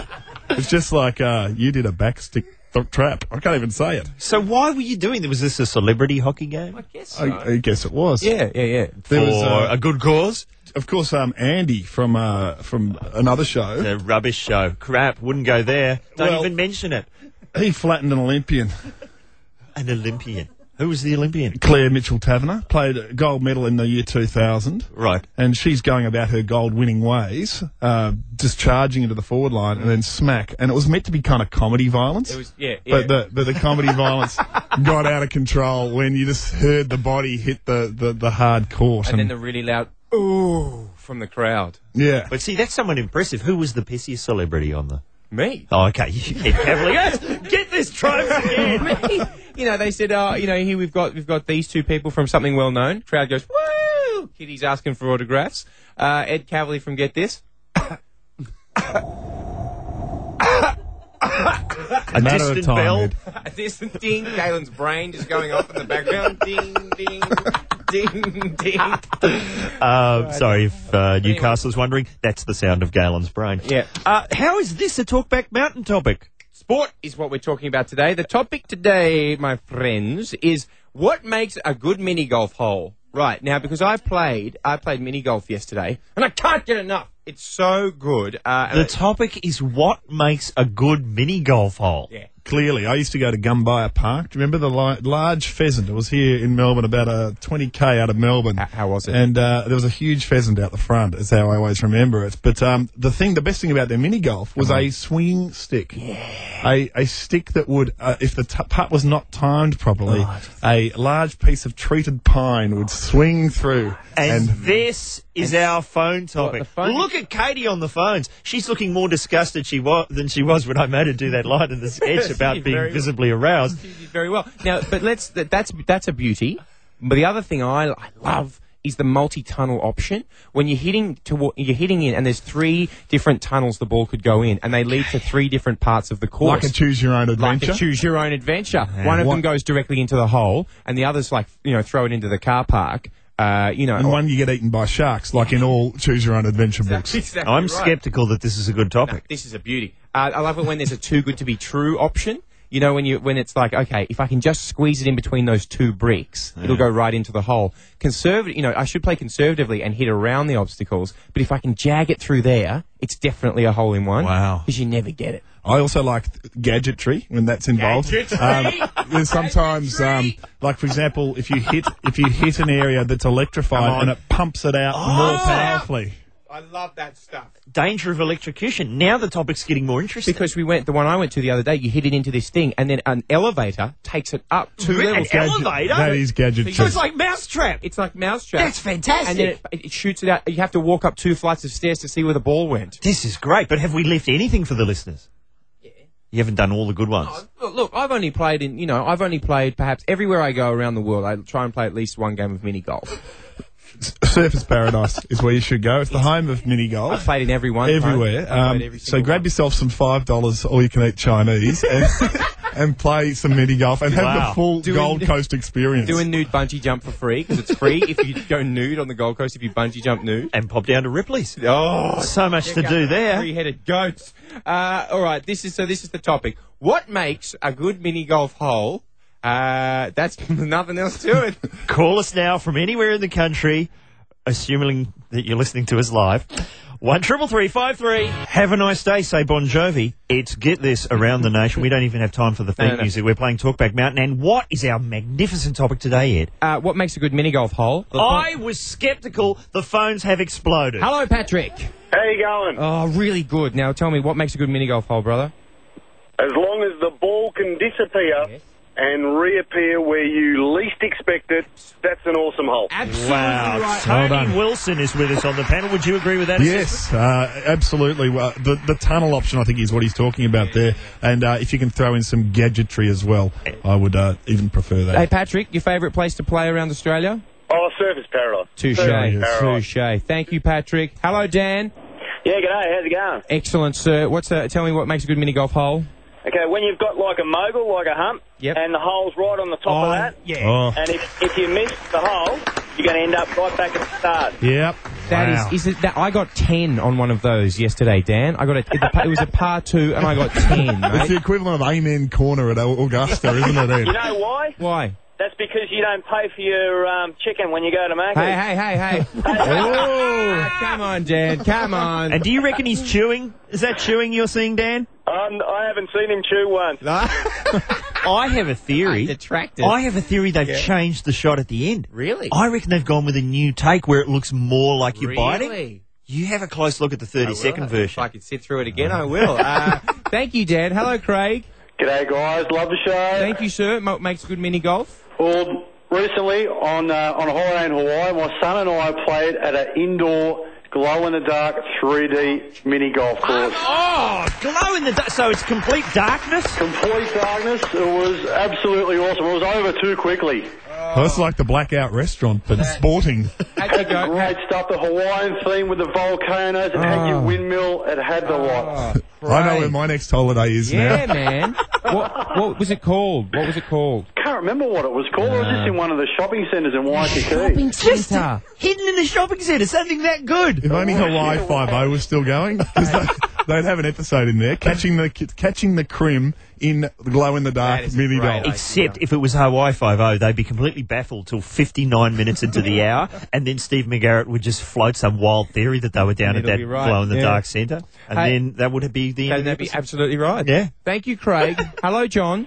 S3: It's just like uh, you did a backstick th- trap. I can't even say it.
S1: So why were you doing that? Was this a celebrity hockey game?
S2: I guess so.
S3: I, I guess it was.
S2: yeah, yeah, yeah.
S3: There was,
S1: For
S3: uh,
S1: a good cause?
S3: Of course, um, Andy from uh, from another show.
S1: The rubbish show. Crap, wouldn't go there. Don't
S3: Well-
S1: even mention it.
S3: He flattened an Olympian.
S1: An Olympian. Who was the Olympian?
S3: Claire Mitchell Taverner played a gold medal in the year 2000.
S1: Right.
S3: And she's going about her gold winning ways, uh, just charging into the forward line and then smack. And it was meant to be kind of comedy violence.
S2: It was yeah, yeah.
S3: But the, but the comedy violence got out of control when you just heard the body hit the, the, the hard court.
S2: and then the really loud ooh from the crowd.
S3: yeah.
S1: But see, that's someone impressive. Who was the pissiest celebrity on the?
S2: Me.
S1: Oh, okay. You keep Cavalier. Get this triumphs again.
S2: you know, they said, oh, you know, here we've got we've got these two people from something well known. Crowd goes, woo! Kitty's asking for autographs. Uh, Ed Cavalier from Get This.
S1: A distant bell. Uh,
S2: A distant ding. Galen's brain just going off in the background. Ding, ding, ding, ding.
S1: Uh, sorry if uh, Newcastle's wondering. That's the sound of Galen's brain.
S2: Yeah.
S1: Uh, how is this a talkback mountain topic?
S2: Sport is what we're talking about today. The topic today, my friends, is what makes a good mini golf hole. Right now, because I played, I played mini golf yesterday, and I can't get enough. It's so good. Uh, and
S1: The topic is what makes a good mini golf hole.
S2: Yeah.
S3: Clearly, I used to go to Gumbaya Park. Do you remember the li- large pheasant? It was here in Melbourne, about a 20k out of Melbourne.
S2: H- how was it?
S3: And uh, there was a huge pheasant out the front. Is how I always remember it. But um, the thing, the best thing about their mini golf was a swing stick, a a stick that would, uh, if the t- putt was not timed properly, a large piece of treated pine would swing through.
S1: And, this is our phone topic.
S2: the phone-
S1: Look at Katie on the phones. She's looking more disgusted she was than she was when I made her do that line in the sketch
S2: She
S1: about
S2: did
S1: being
S2: very-
S1: visibly aroused.
S2: you did very well. Now, but let's that, that's that's a beauty. But the other thing I, I love is the multi-tunnel option when you're hitting to you're hitting in and there's three different tunnels the ball could go in and they lead to three different parts of the course.
S3: Like a choose your
S2: Like
S3: own
S2: a
S3: adventure.
S2: choose your own adventure. One of
S3: What-
S2: them goes directly into the hole and the others like you know throw it into the car park. Uh, you know,
S3: and one you get eaten by sharks, like in all choose your own adventure books.
S2: Exactly
S1: I'm
S2: right.
S1: skeptical that this is a good topic.
S2: This is a beauty. Uh, I love it when there's a too good to be true option. You know, when you when it's like, okay, if I can just squeeze it in between those two bricks, it'll go right into the hole. Conservative, you know, I should play conservatively and hit around the obstacles. But if I can jag it through there, it's definitely a hole in one.
S1: Wow.
S2: because you never get it.
S3: I also like gadgetry when that's involved.
S2: Gadgetry?
S3: Um, there's sometimes, um, like for example, if you hit if you hit an area that's electrified and it pumps it out
S1: Oh.
S3: more powerfully.
S2: I love that stuff.
S1: Danger of electrocution. Now the topic's getting more interesting.
S2: Because we went, the one I went to the other day, you hit it into this thing, and then an elevator takes it up two
S1: An
S2: levels.
S1: elevator?
S3: That is gadgetry.
S1: so it's like mousetrap.
S2: It's like mousetrap.
S1: That's fantastic.
S2: And then it, it shoots it out. You have to walk up two flights of stairs to see where the ball went.
S1: This is great, but have we left anything for the listeners? You haven't done all the good ones.
S2: Look, look, I've only played in, you know, I've only played perhaps everywhere I go around the world. I try and play at least one game of mini golf.
S3: Surface Paradise is where you should go. It's the home of mini
S2: I've
S3: golf.
S2: played in every one.
S3: Everywhere. Um, so grab yourself some five dollars all you can eat Chinese and, and play some mini golf and have
S1: Wow.
S3: the full
S2: Doing-
S3: Gold Coast experience.
S2: Do a nude bungee jump for free because it's free if you go nude on the Gold Coast if you bungee jump nude.
S1: And pop down to Ripley's.
S2: Oh,
S1: So much to do there.
S2: Three-headed goats. Uh, all right, this is so. This is the topic. What makes a good mini golf hole? Uh, that's nothing else to it.
S1: Call us now from anywhere in the country, assuming that you're listening to us live. One triple three five three. Have a nice day. Say Bon Jovi. It's get this around the nation. We don't even have time for the theme
S2: No, no.
S1: music. We're playing Talkback Mountain. And what is our magnificent topic today, Ed?
S2: Uh, what makes a good mini golf hole? The-
S1: I was sceptical. The phones have exploded.
S2: Hello, Patrick.
S12: How you
S1: Uh,
S12: going?
S2: Oh, really good. Now tell me, what makes a good mini golf hole, brother?
S12: As long as the ball can disappear and reappear where you least expect it, that's an awesome hole.
S2: Absolutely
S1: Wow. Tony Wilson is with us on the panel. Would you agree with that?
S3: Yes, uh, absolutely. Well, the the tunnel option, I think, is what he's talking about there. And uh, if you can throw in some gadgetry as well, I would uh, even prefer
S2: Hey,
S3: that.
S2: Patrick, your favourite place to play around Australia?
S12: Oh, surface paradise.
S2: Touche.
S12: Surface paradise.
S2: Touche. Thank you, Patrick. Hello, Dan.
S12: Yeah, g'day. How's it going?
S2: Excellent, sir. What's uh, tell me what makes a good mini golf hole?
S12: Okay, when you've got like a mogul, like a hump,
S2: Yep.
S12: and the hole's right on the top of that,
S2: yeah.
S3: Oh,
S12: and if, if you miss the hole, you're going to end up right back at the start.
S3: yep.
S2: That is,
S3: Wow.
S2: is it that I got ten on one of those yesterday, Dan. I got it. It, it was a par two, and I got ten.
S3: It's the
S2: Mate.
S3: equivalent of Amen Corner at Augusta, isn't it? Ed?
S12: You know why?
S2: Why?
S12: That's because you don't pay for your um, chicken when you go to market.
S2: Hey, hey, hey, hey! oh, come on, Dan. Come on.
S1: And do you reckon he's chewing? Is that chewing you're seeing, Dan?
S12: Um, I haven't seen him chew one.
S1: I have a theory.
S2: Detracted.
S1: I have a theory they've changed the shot at the end.
S2: Really?
S1: I reckon they've gone with a new take where it looks more like you're biting.
S2: Really?
S1: You have a close look at the 30 second
S2: If I
S1: version.
S2: could sit through it again, I will. Uh, thank you, Dan. Hello, Craig.
S12: G'day, guys. Love the show.
S2: Thank you, sir. Mo- makes good mini golf.
S12: Well, recently on uh, on a holiday in Hawaii, my son and I played at an indoor glow in the dark 3D mini golf
S13: Ah.
S12: course.
S1: Oh, glow in the dark. So it's complete darkness?
S12: Complete darkness. It was absolutely awesome. It was over too quickly.
S3: That's like the blackout restaurant, but sporting.
S12: Had the great stuff, the Hawaiian theme with the volcanoes,
S2: Ah.
S12: it had your windmill, it had the lot.
S3: I know where my next holiday is
S12: Yeah,
S3: now.
S2: man. what, what was it called? What was it called?
S12: Can't remember what it was called. It was just in one of the shopping centres in Waikiki.
S1: Just hidden in a shopping centre, something that good.
S3: If only Hawaii Five O was still going, 'cause they, they'd have an episode in there catching the catching the crim in glow in the dark mini golf.
S1: Except if it was Hawaii Five O, they'd be completely baffled till fifty nine minutes into the hour, and then Steve McGarrett would just float some wild theory that they were down
S2: And
S1: at
S2: it'll
S1: that
S2: be right,
S1: glow in the
S2: yeah.
S1: dark centre, and
S2: Hey.
S1: then that would be the end. of the
S2: That'd be
S1: episode.
S2: absolutely right.
S1: Yeah.
S2: Thank you, Craig. Hello, John.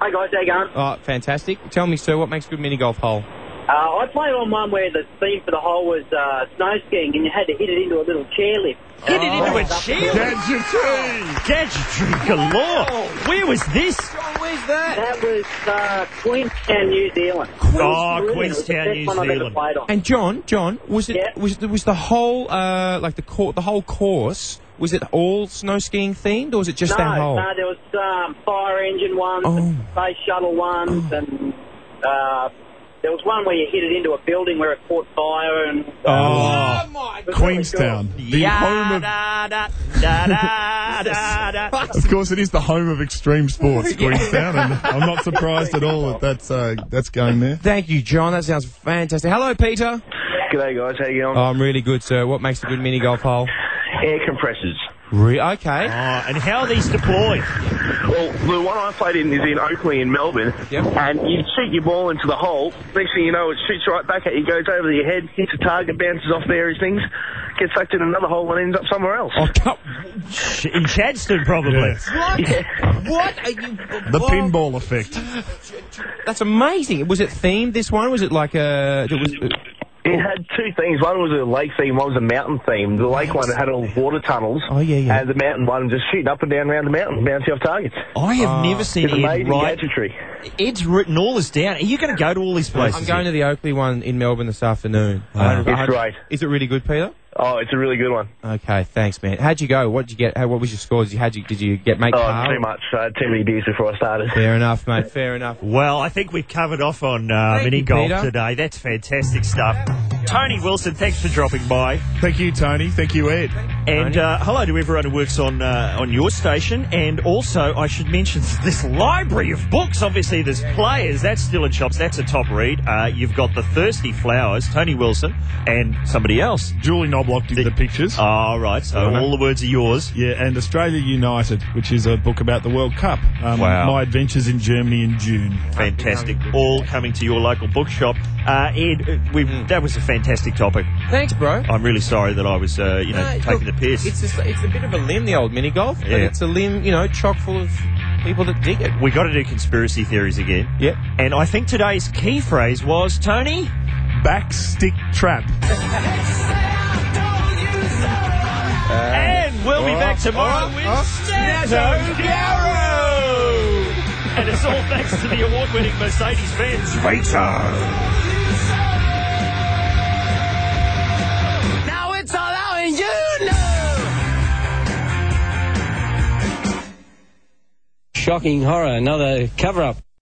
S13: Hi guys, how you going?
S2: Oh, fantastic. Tell me, sir, what makes a good mini golf hole?
S13: Uh, I played on one where the theme for the hole was uh, snow skiing, and you had to hit it into a little chairlift.
S1: Hit it into a chairlift? Gadgetry! Oh. Gadgetry galore!
S2: Oh.
S1: Where was this?
S2: where's that?
S13: That was uh, Queenstown, New Zealand.
S1: Oh,
S13: It was the
S1: Queenstown,
S13: best
S1: New
S13: one I've ever
S1: Zealand.
S13: played on.
S2: And John, John, was it was was the whole uh, like the cor- the whole course? Was it all snow skiing themed, or was it
S13: no,
S2: just that hole?
S13: no, there was um, fire engine ones, and space shuttle ones, and uh, there was one where you hit it into a building where it caught fire. And uh,
S3: Oh, Queenstown, the
S13: Yeah,
S3: home of Of course, it is the home of extreme sports, Queenstown, and I'm not surprised at all that that's, uh, that's going there.
S2: Thank you, John. That sounds fantastic. Hello, Peter.
S14: G'day, guys. How you going?
S2: Oh, I'm really good, sir. What makes a good mini golf hole?
S14: Air compressors.
S2: Re- okay.
S1: and how are these deployed?
S14: Well, the one I played in is in Oakley in Melbourne, and you shoot your ball into the hole. Next thing you know, it shoots right back at you, goes over your head, hits a target, bounces off various things, gets sucked in another hole, and ends up somewhere else.
S1: In Chadston, probably.
S2: What? what are you? The
S3: pinball effect.
S2: That's amazing. Was it themed? This one was it like a? It was.
S14: It had two things. One was a lake theme, one was a mountain theme. The lake one had all water tunnels.
S2: Oh, yeah, yeah.
S14: And the mountain one just shooting up and down around the mountain, bouncing off targets.
S1: I have never seen
S14: it's
S1: Ed
S14: amazing
S1: write-
S14: gadgetry.
S1: Ed's written all this down. Are you going to go to all these places?
S2: I'm going to the Oakley one in Melbourne this afternoon. Uh,
S14: It's great.
S2: Is it really good, Peter?
S14: Oh, it's a really good one.
S2: Okay, thanks, man. How'd you go? What did you get? How, what was your score? Did you, how'd you, did you get make
S14: oh,
S2: par?
S14: too much. I had too many beers before I started.
S2: Fair enough, mate. Fair enough.
S1: Well, I think we've covered off on uh,
S2: Thank
S1: mini
S2: you,
S1: golf
S2: Peter.
S1: today. That's fantastic stuff. Tony Wilson, thanks for dropping by.
S3: Thank you, Tony. Thank you, Ed.
S1: And uh, hello to everyone who works on uh, on your station. And also, I should mention this library of books. Obviously, there's players. That's still in shops. That's a top read. Uh, you've got the Thirsty Flowers, Tony Wilson, and somebody else.
S3: Julie Knobloch did the, pictures.
S1: All right, so all the words are yours.
S3: Yeah, and Australia United, which is a book about the World Cup. Um,
S1: Wow.
S3: My adventures in Germany in June.
S1: Fantastic. All coming to your local bookshop. Uh, Ed, uh, we,
S3: Hmm.
S1: that was a fantastic topic.
S2: Thanks, bro.
S1: I'm really sorry that I was, uh, you know,
S2: No,
S1: taking
S2: look,
S1: the piss.
S2: It's just, it's a bit of a limb, the old mini golf, but
S1: Yeah.
S2: it's a limb, you know, chock full of people that dig it.
S1: we got to do conspiracy theories again.
S2: Yep.
S1: And I think today's key phrase was Tony.
S3: Backstick trap.
S1: and we'll be back tomorrow with Snazzo Garrow. and it's all thanks to the award-winning Mercedes Benz.
S11: Now it's all out and you know.
S4: Shocking horror, another cover up.